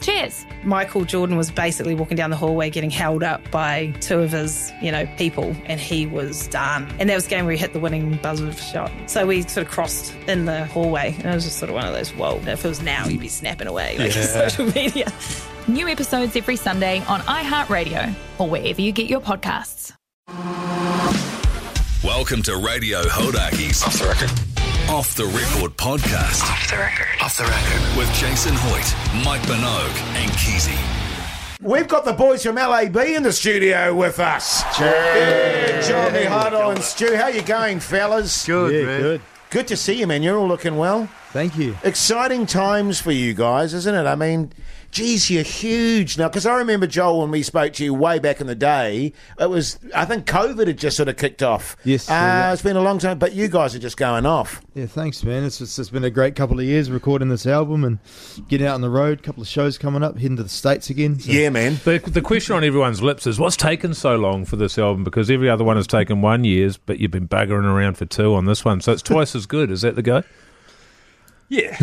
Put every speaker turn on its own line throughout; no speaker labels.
Cheers.
Michael Jordan was basically walking down the hallway getting held up by two of his, you know, people, and he was done. And that was the game where he hit the winning buzzer shot. So we sort of crossed in the hallway, and it was just sort of one of those, whoa, if it was now, you'd be snapping away like
Yeah.
social media.
New episodes every Sunday on iHeartRadio or wherever you get your podcasts.
Welcome to Radio Hodaki's Off the Record. Off the Record podcast. Off the Record. Off the Record. With Jason Hoyt, Mike Minogue, and Keezy.
We've got the boys from LAB in the studio with us. Yeah, Johnny Huddle and Stu. How you going, fellas?
Good,
Yeah,
man.
good.
Good to see you, man. You're all looking well.
Thank you.
Exciting times for you guys, isn't it? I mean, geez, you're huge now. Because I remember Joel when we spoke to you way back in the day. It was, I think, COVID had just sort of kicked off.
Yes,
uh,
yeah.
it's been a long time, but you guys are just going off.
Yeah, thanks, man. It's just, it's been a great couple of years recording this album and getting out on the road. couple of shows coming up, heading to the states again. so-
Yeah, man.
The, the question on everyone's lips is what's taken so long for this album? Because every other one has taken one years, but you've been buggering around for two on this one, so it's twice as good. Is that the go?
Yeah.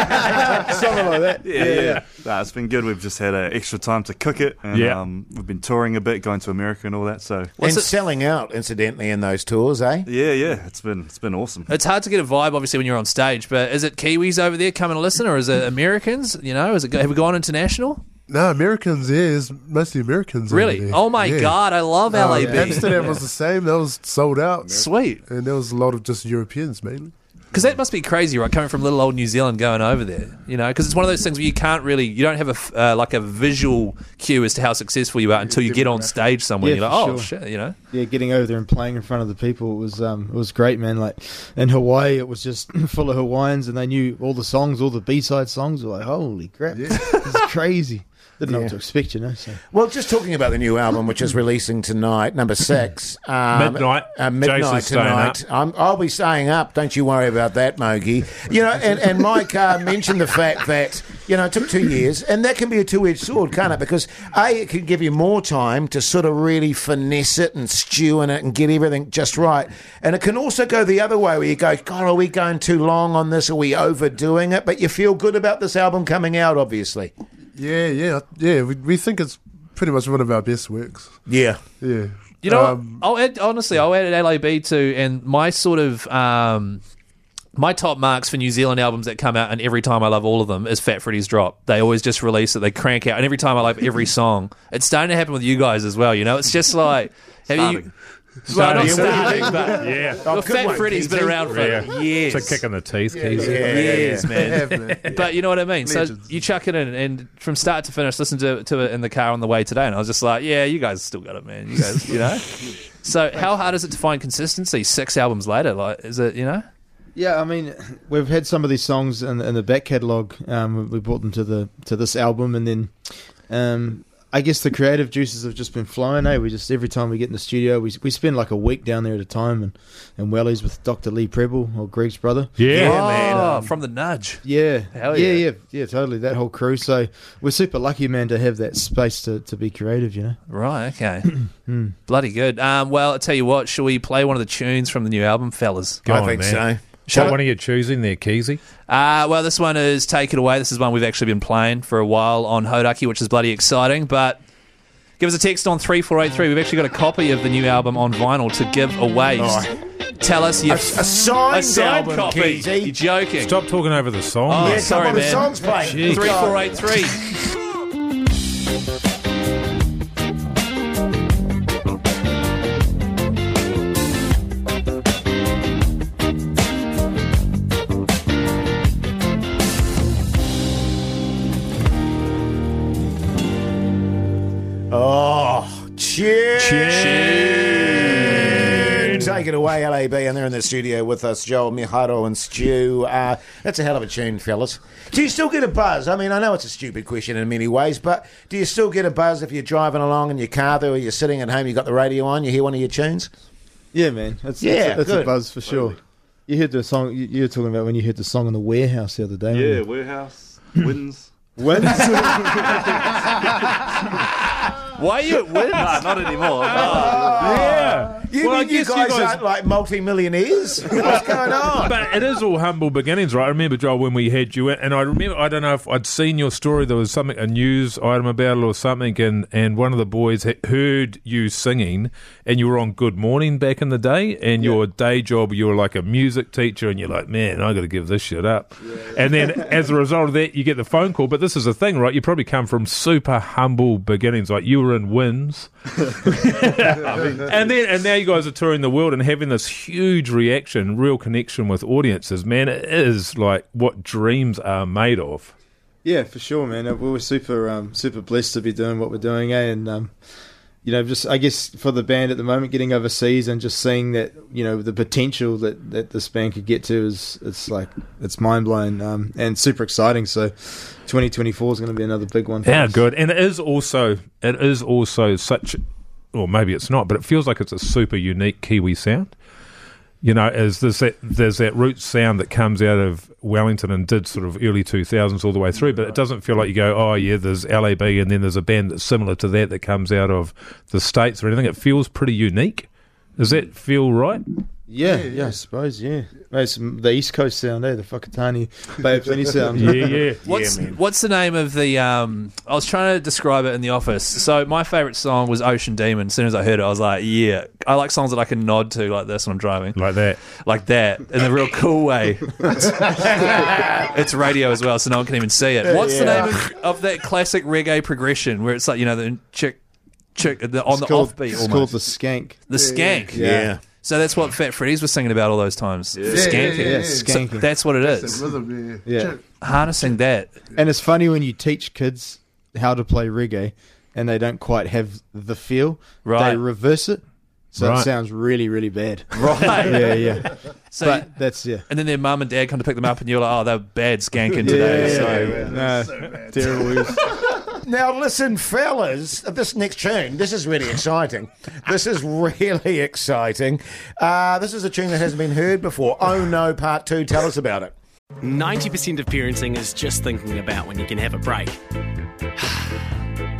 something like that.
Yeah, yeah. Nah, it's been good. We've just had uh, extra time to cook it. And,
Yeah.
Um, we've been touring a bit, going to America and all that. So,
and selling out, incidentally, in those tours, eh?
yeah, yeah, it's been it's been awesome.
It's hard to get a vibe, obviously, when you're on stage. But is it Kiwis over there coming to listen, or is it Americans? You know, is it have we gone international?
No, Americans, yeah, is mostly Americans. over
Really?
there.
Oh my
Yeah.
god, I love
Uh,
LAB.
Amsterdam was the same. That was sold out.
Sweet,
And there was a lot of just Europeans mainly.
because that must be crazy, right? Coming from little old New Zealand, going over there, you know, because it's one of those things where you can't really, you don't have a f- uh, like a visual cue as to how successful you are until you get on stage somewhere.
Yeah,
you're like,
for
oh
sure.
shit, you know.
yeah, getting over there and playing in front of the people was um, it was great, man. Like in Hawaii, it was just full of Hawaiians, and they knew all the songs, all the B side songs. We're like, holy crap, it's crazy. Didn't know what to expect, you know. So.
Well, just talking about the new album, which is releasing tonight, number six. Um,
Midnight.
Uh, midnight
Jason's staying
tonight. I'm, I'll be staying up. Don't you worry about that, Mogi. You know, and, and Mike uh, mentioned the fact that, you know, it took two years, and that can be a two edged sword, can't it? Because, A, it can give you more time to sort of really finesse it and stew in it and get everything just right. And it can also go the other way where you go, God, are we going too long on this? Are we overdoing it? But you feel good about this album coming out, obviously.
Yeah, yeah, yeah. We, we think it's pretty much one of our best works.
Yeah.
Yeah.
You know,
Um,
what? I'll add, honestly, I'll add LAB too, and my sort of um, my top marks for New Zealand albums that come out, and every time I love all of them is Fat Freddy's Drop. They always just release it, they crank out, and every time I love every song. It's starting to happen with you guys as well. You know, it's just like have you? Well, not starting, but
Yeah.
well,
good
Fat
one,
Freddy's been
Keezy.
around for
Yeah.
years.
It's a kick in the teeth, Keezy.
Years,
we
man.
have, man. Yeah.
But you know what I mean. So
Legends.
you chuck it in, and from start to finish, listen to, to it in the car on the way today, and I was just like, "Yeah, you guys still got it, man. You guys, you know." So how hard is it to find consistency six albums later? Like, is it you know?
Yeah, I mean, we've had some of these songs in, in the back catalogue. Um, we brought them to the to this album, and then um, I guess the creative juices have just been flowing. Eh? We just every time we get in the studio, we we spend like a week down there at a time, and and Wellies with Dr. Lee Preble or Greg's brother.
Yeah.
oh, from the nudge.
Yeah.
Hell yeah.
yeah, yeah, yeah, totally. That whole crew. So we're super lucky, man, to have that space to, to be creative. You know.
Right. Okay. Bloody good. Um, well, I tell you what. Shall we play one of the tunes from the new album, fellas?
Go
I
on,
think
man.
so.
What one are you choosing there, Keezy?
Uh, well, this one is Take It Away. This is one we've actually been playing for a while on Hodaki, which is bloody exciting. But give us a text on 3483. We've actually got a copy of the new album on vinyl to give away. Just Tell us
A,
your.
a signed,
a signed
album,
copy.
Keezy.
You're joking.
Stop talking over the song.
Oh,
man.
Yeah,
sorry,
come on, the
man.
song's playing.
Jeez.
Three four eight three.
Oh, cheers. Take it away, LAB, and they're in the studio with us, Joel, Miharo, and Stu. Uh, that's a hell of a tune, fellas. Do you still get a buzz? I mean, I know it's a stupid question in many ways, but do you still get a buzz if you're driving along in your car there or you're sitting at home, you got the radio on, you hear one of your tunes?
Yeah, man. It's,
Yeah,
it's, a, it's a
good.
buzz for sure. You heard the song. You, you were talking about when you heard the song in the warehouse the other day. weren't
Yeah,
you?
warehouse, wins.
When?
Why are you? What?
Nah, not anymore. Nah.
you
Well, I
mean you
guess you
guys,
guys-
aren't like multi-millionaires? What's going on?
But it is all humble beginnings, right? I remember Joel when we had you, in, and I remember I don't know if I'd seen your story. There was something a news item about it or something, and and one of the boys had heard you singing, and you were on Good Morning back in the day, and your day job you were like a music teacher, and you're like, man, I got to give this shit up. And then as a result of that, you get the phone call. But this is the thing, right? You probably come from super humble beginnings, like you were in Wins and then and now you guys are touring the world and having this huge reaction, real connection with audiences. Man, it is like what dreams are made of.
Yeah, for sure, man. Uh, We were super, um, super blessed to be doing what we're doing, eh? And um, you know, just I guess for the band at the moment, getting overseas and just seeing that you know the potential that, that this band could get to is it's like it's mind blowing um, and super exciting. So, twenty twenty four is going to be another big one. for
How
us.
good, and it is also it is also such, or maybe it's not, but it feels like it's a super unique Kiwi sound. You know, as there's that there's that root sound that comes out of Wellington and did sort of early two thousands all the way through, but it doesn't feel like you go, oh yeah, there's LAB, and then there's a band that's similar to that that comes out of the states or anything. It feels pretty unique. Does that feel right?
Yeah, yeah, I suppose. Yeah, Mate, it's the East Coast sound, eh? The Fakatani Bay of Plenty sound.
yeah.
What's what's the name of the? Um, I was trying to describe it in the office. So my favorite song was Ocean Demon. As soon as I heard it, I was like, yeah, I like songs that I can nod to like this when I'm driving,
Like that.
like that in a real cool way. it's radio as well, so no one can even see it. What's the name of, of that classic reggae progression where it's like you know the chick chick the, on
It's
the
called,
offbeat
it's
almost
called the Skank.
the skank.
Yeah.
So that's what Fat Freddy's was singing about all those times. The
Yeah,
skanking.
yeah, yeah, yeah.
So
Skanking.
that's what it
That
is.
rhythm, yeah.
Yeah.
Check.
Harnessing that.
And it's funny when you teach kids how to play reggae and they don't quite have the feel,
Right.
they reverse it. So
Right.
it sounds really, really bad.
Right.
yeah, yeah.
So
But that's, yeah.
and then their mum and dad come to pick them up, and you're like, "Oh, they're bad skanking today."
yeah,
so
No, terrible. use.
Now, listen, fellas, this next tune, this is really exciting. This is really exciting. Uh, this is a tune that hasn't been heard before. Oh No, Part 2, tell us about it.
90% of parenting is just thinking about when you can have a break.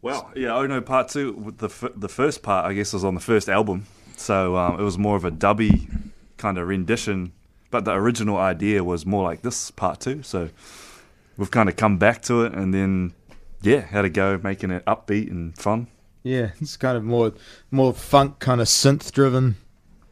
Well, yeah, Oh No Part Two. with The f- the first part, I guess, was on the first album, so um, it was more of a dubby kind of rendition. But the original idea was more like this part two. So we've kind of come back to it, and then yeah, had a go making it upbeat and fun.
Yeah, it's kind of more more funk, kind of synth driven,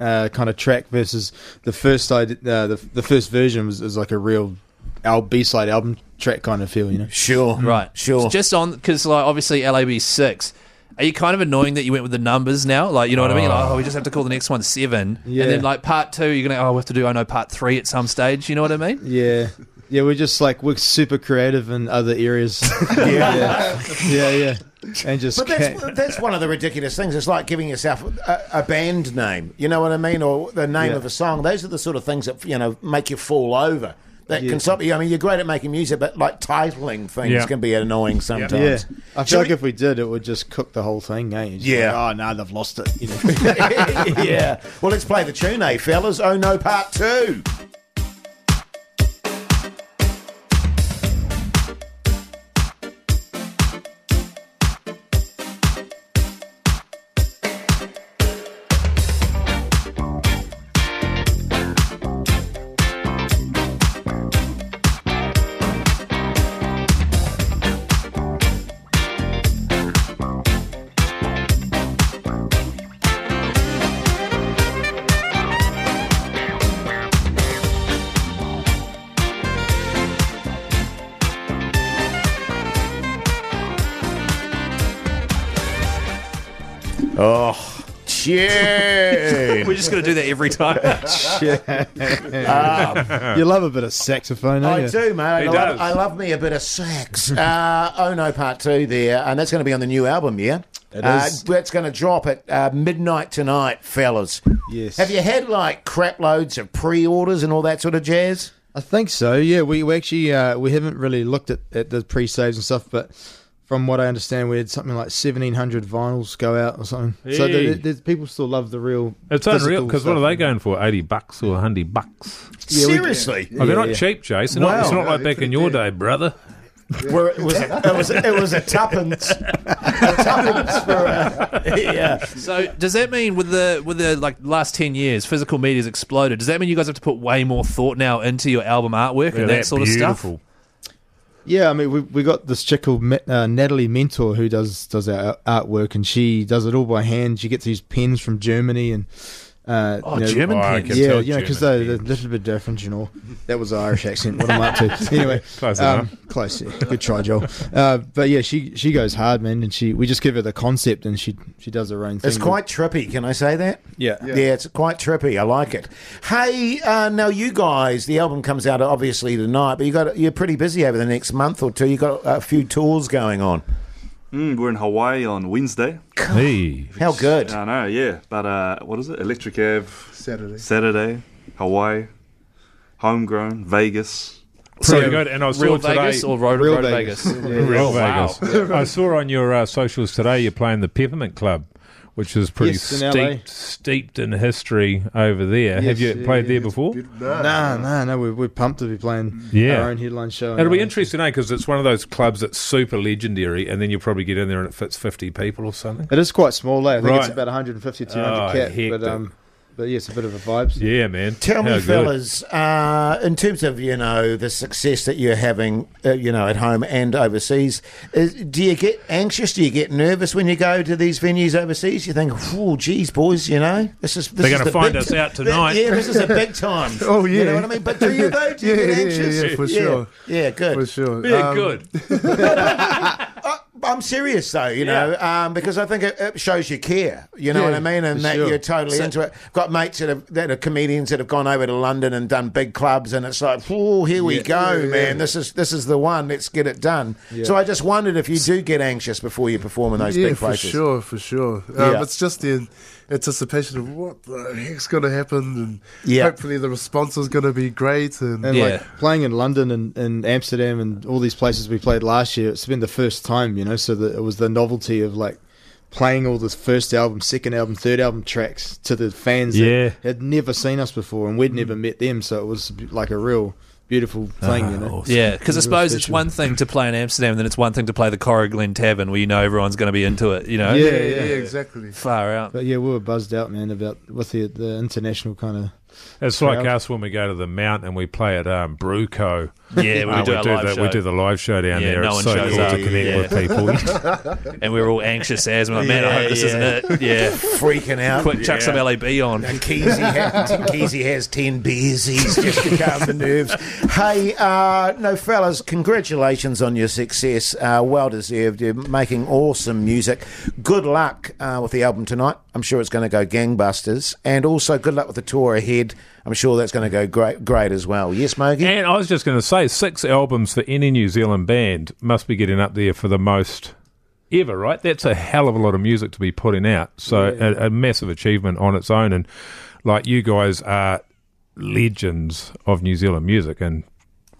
uh, kind of track versus the first I did- uh, the the first version was, was like a real al B side album track kind of feel, you know.
Sure.
right,
Sure.
It's just on because like obviously LAB six. Are you kind of annoying that you went with the numbers now? Like, you know what I mean? Like, oh, we just have to call the next one seven,
Yeah.
and then like part two, you're gonna oh, we have to do I know part three at some stage. You know what I mean?
Yeah. Yeah, we're just like we're super creative in other areas. yeah. yeah. Yeah, And just
But
ca-
that's, that's one of the ridiculous things. It's like giving yourself a, a band name, you know what I mean, or the name
Yeah.
of a song. Those are the sort of things that you know make you fall over. That
Yeah.
can stop you. I mean, you're great at making music, but like titling things
Yeah.
can be annoying sometimes.
yeah. I
Should
feel like
we-
if we did it would just cook the whole thing, eh? It's just
Yeah.
like, oh no, they've lost it. You know?
yeah. Well, let's play the tune, eh, fellas? Oh no, part two. Oh,
We're
tune.
just gonna do that every time.
you love a bit of saxophone, don't
Ah. I
you?
do, mate. I
He
love,
does.
I love me a bit of sex. Uh, oh no, part two there, and that's going to be on the new album, yeah. It
is.
That's going to drop at uh, midnight tonight, fellas. Yes. Have you had like crap loads of pre-orders and all that sort of jazz?
I think so. Yeah, we, we actually uh, we haven't really looked at, at the pre saves and stuff, but from what I understand, we had something like seventeen hundred vinyls go out or something. So
Hey.
there, there's, people still love the real.
It's unreal
physical
because what are
stuff.
they going for? Eighty bucks or hundred bucks?
Yeah, we- Seriously?
Oh, they're
Yeah,
not
yeah.
cheap, Chase. They're not-
Wow.
it's not
No,
like back in your day, brother.
Where it was it was it was a tuppence. yeah.
So does that mean with the with the like last ten years, physical media's exploded? Does that mean you guys have to put way more thought now into your album artwork
Yeah,
and that
that's
sort of stuff?
beautiful. Yeah, I mean, we we got this chick called Ma- uh, Natalie Mentor who does does our artwork, and she does it all by hand. She gets these pens from Germany and. Uh,
Oh,
you know,
German Oh, I pens. can
Yeah,
tell
you know, because they're, they're a little bit different, you know. That was an Irish accent, what I'm up to. Anyway, um,
Close
Um,
enough.
Close, yeah. Good try, Joel. Uh, but yeah, she she goes hard, man, and she we just give her the concept and she she does her own thing.
It's quite trippy. Can I say that?
Yeah.
yeah, It's quite trippy. I like it. Hey, uh, now you guys, the album comes out obviously tonight, but you got you're pretty busy over the next month or two. You got a few tours going on.
Mm, we're in Hawaii on Wednesday.
Hey,
how good!
I know, yeah. But uh, what is it? Electric Ave.
Saturday.
Saturday, Hawaii, homegrown, Vegas.
Pretty good. And I saw today,
Oh,
Real Vegas. I saw on your uh, socials today you're playing the Peppermint Club, which is pretty
Yes, in LA.
steeped steeped in history over there. Have you
Yes, yeah,
played
yeah, it's
there before?
No, no, no. We're, we're pumped to be playing
Yeah.
our own headline show. in
It'll be
LA.
interesting, eh? Because it's one of those clubs that's super legendary, and then you probably get in there and it fits fifty people or something.
It is quite small, eh? I think it's
Right.
about 150, 200
Oh,
cat.
hectic.
But, um, but yeah, it's a bit of a vibe.
Yeah, man.
Tell me, fellas, uh, in terms of you know the success that you're having, uh, you know at home and overseas, is, do you get anxious? Do you get nervous when you go to these venues overseas? You think, oh, geez, boys, you know this is this
They're
going to
gonna find us out tonight."
Yeah, this is a big time.
Oh,
you
yeah.
know what I mean. But do you though? Do you
Yeah,
get
yeah,
anxious?
yeah, for sure.
Yeah, good
For sure. Um,
I'm serious though, you know, um, because I think it, it shows you care. You know
Yeah,
what I mean, and
for
that
sure.
you're totally
So-
into it. Got mates that, have, that are comedians that have gone over to London and done big clubs, and it's like, oh, here we
Yeah.
go,
Yeah, yeah.
man. This is this is the one. Let's get it done.
Yeah.
So I just wondered if you do get anxious before you perform in those
yeah,
big
for
places.
sure, for sure. Um,
Yeah.
It's just the anticipation of what the heck's going to happen, and
Yeah.
hopefully the response is going to be great. And,
And like playing in London and, and Amsterdam and all these places we played last year, it's been the first time, you know, so that it was the novelty of like playing all this first album, second album, third album tracks to the fans
Yeah.
that had never seen us before and we'd never met them. So it was like a real beautiful thing, you know.
Ah, Yeah, because I
It was
suppose it's
special.
one thing to play in Amsterdam, then it's one thing to play the Cora Glen Tavern where you know everyone's going to be into it. You know,
Yeah, yeah, yeah,
exactly.
Far out.
But yeah, we were buzzed out, man, about with the, the international kind of.
It's like us when we go to the Mount and we play at um, Bruco.
Yeah, we do our live
the, Ah, we
show.
do the live show down
Yeah,
there.
no
it's
one
so
shows
cool
up.
to connect
Yeah.
with people.
and we're all anxious as we're like, man, I hope this isn't it. Yeah,
freaking out.
Quick, chuck some
Yeah.
LAB on.
Keezy has, Keezy has 10 beers he's just to calm the nerves. Hey, uh, no, fellas, congratulations on your success. Uh, well deserved. You're making awesome music. Good luck uh, with the album tonight. I'm sure it's going to go gangbusters. And also, good luck with the tour ahead. I'm sure that's going to go great, great as well. Yes, Mogi?
And I was just going to say, six albums for any New Zealand band must be getting up there for the most ever, right? That's a hell of a lot of music to be putting out. So a, a massive achievement on its own. And like you guys are legends of New Zealand music and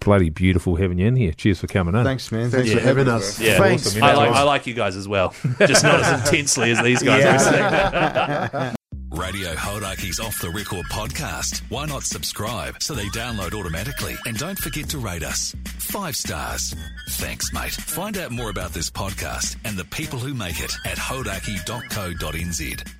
bloody beautiful having you in here. Cheers for coming in.
Thanks, man.
Thanks
Yeah.
for having us.
Yeah,
Awesome.
I, like, I like you guys as well, just not as intensely as these guys. obviously.
Radio Hodaki's Off the Record podcast. Why not subscribe so they download automatically? And don't forget to rate us. Five stars. Thanks, mate. Find out more about this podcast and the people who make it at hodaki.co.nz.